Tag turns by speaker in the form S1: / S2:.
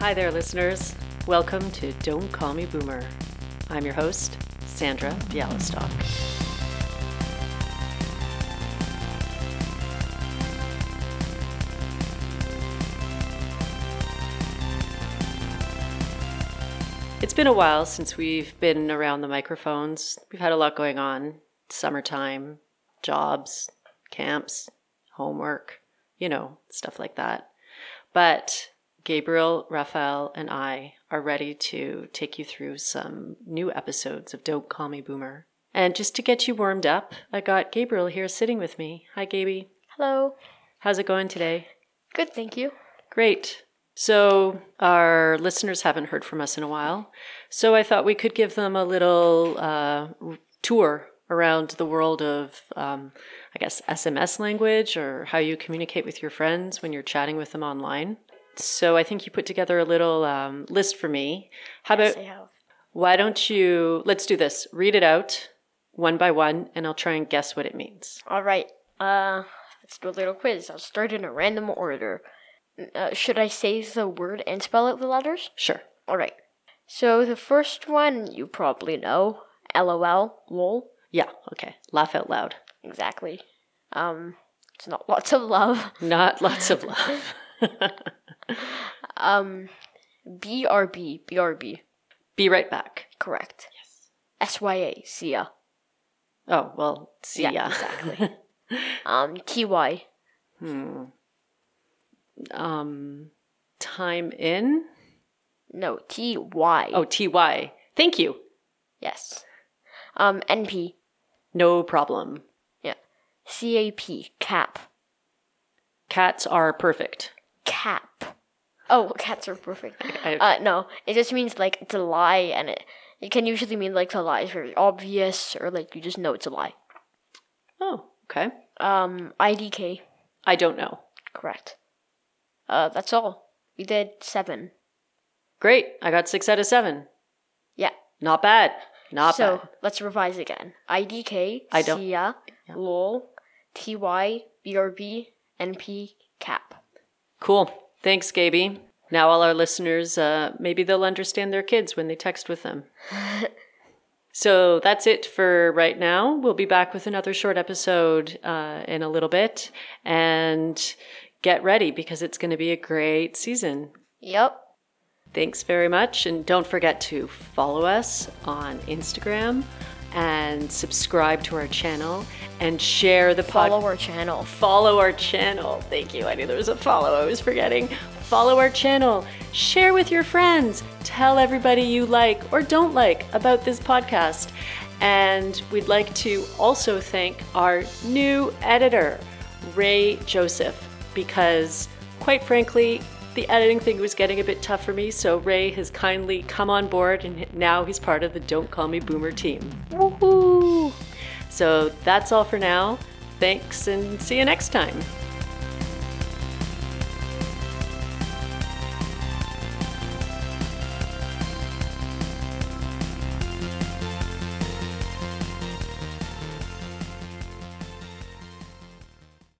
S1: Hi there, listeners. Welcome to Don't Call Me Boomer. I'm your host, Sandra Bialystock. It's been a while since we've been around the microphones. We've had a lot going on summertime, jobs, camps, homework, you know, stuff like that. But Gabriel, Raphael, and I are ready to take you through some new episodes of Don't Call Me Boomer. And just to get you warmed up, I got Gabriel here sitting with me. Hi, Gaby.
S2: Hello.
S1: How's it going today?
S2: Good, thank you.
S1: Great. So, our listeners haven't heard from us in a while. So, I thought we could give them a little uh, r- tour around the world of, um, I guess, SMS language or how you communicate with your friends when you're chatting with them online. So, I think you put together a little um, list for me. How about
S2: Yes, I have.
S1: why don't you? Let's do this. Read it out one by one, and I'll try and guess what it means.
S2: All right. Uh, let's do a little quiz. I'll start in a random order. Uh, should I say the word and spell out the letters?
S1: Sure.
S2: All right. So the first one you probably know. LOL. Lol.
S1: Yeah. Okay. Laugh out loud.
S2: Exactly. Um, it's not lots of love.
S1: Not lots of love.
S2: Um, BRB. BRB.
S1: Be right back.
S2: Correct. Yes. SYA. See ya.
S1: Oh, well, see
S2: Yeah,
S1: yeah,
S2: exactly. Um, TY.
S1: hmm. Um, time in?
S2: No, TY.
S1: Oh, TY. Thank you.
S2: Yes. Um, NP.
S1: No problem.
S2: Yeah. CAP. Cap.
S1: Cats are perfect.
S2: Cap. Oh, cats are perfect.
S1: I-
S2: Uh, no, it just means like it's a lie, and it it can usually mean like the lie is very obvious, or like you just know it's a lie.
S1: oh, okay.
S2: Um, IDK.
S1: I don't know.
S2: Correct. Uh, that's all. You did seven.
S1: Great. I got six out of seven.
S2: Yeah.
S1: Not bad. Not
S2: so
S1: bad.
S2: let's revise again. IDK.
S1: I don't-
S2: Sia, Lol. TY. BRB. NP. Cap.
S1: Cool. Thanks, Gaby. Now all our listeners, uh, maybe they'll understand their kids when they text with them. so that's it for right now. We'll be back with another short episode uh, in a little bit, and get ready because it's going to be a great season.
S2: Yep.
S1: Thanks very much, and don't forget to follow us on Instagram and subscribe to our channel and share the podcast
S2: Follow our channel.
S1: follow our channel. Thank you. I knew there was a follow. I was forgetting. Follow our channel. Share with your friends. Tell everybody you like or don't like about this podcast. And we'd like to also thank our new editor, Ray Joseph, because quite frankly, the editing thing was getting a bit tough for me. So Ray has kindly come on board and now he's part of the Don't Call Me Boomer team. Woohoo! So that's all for now. Thanks and see you next time.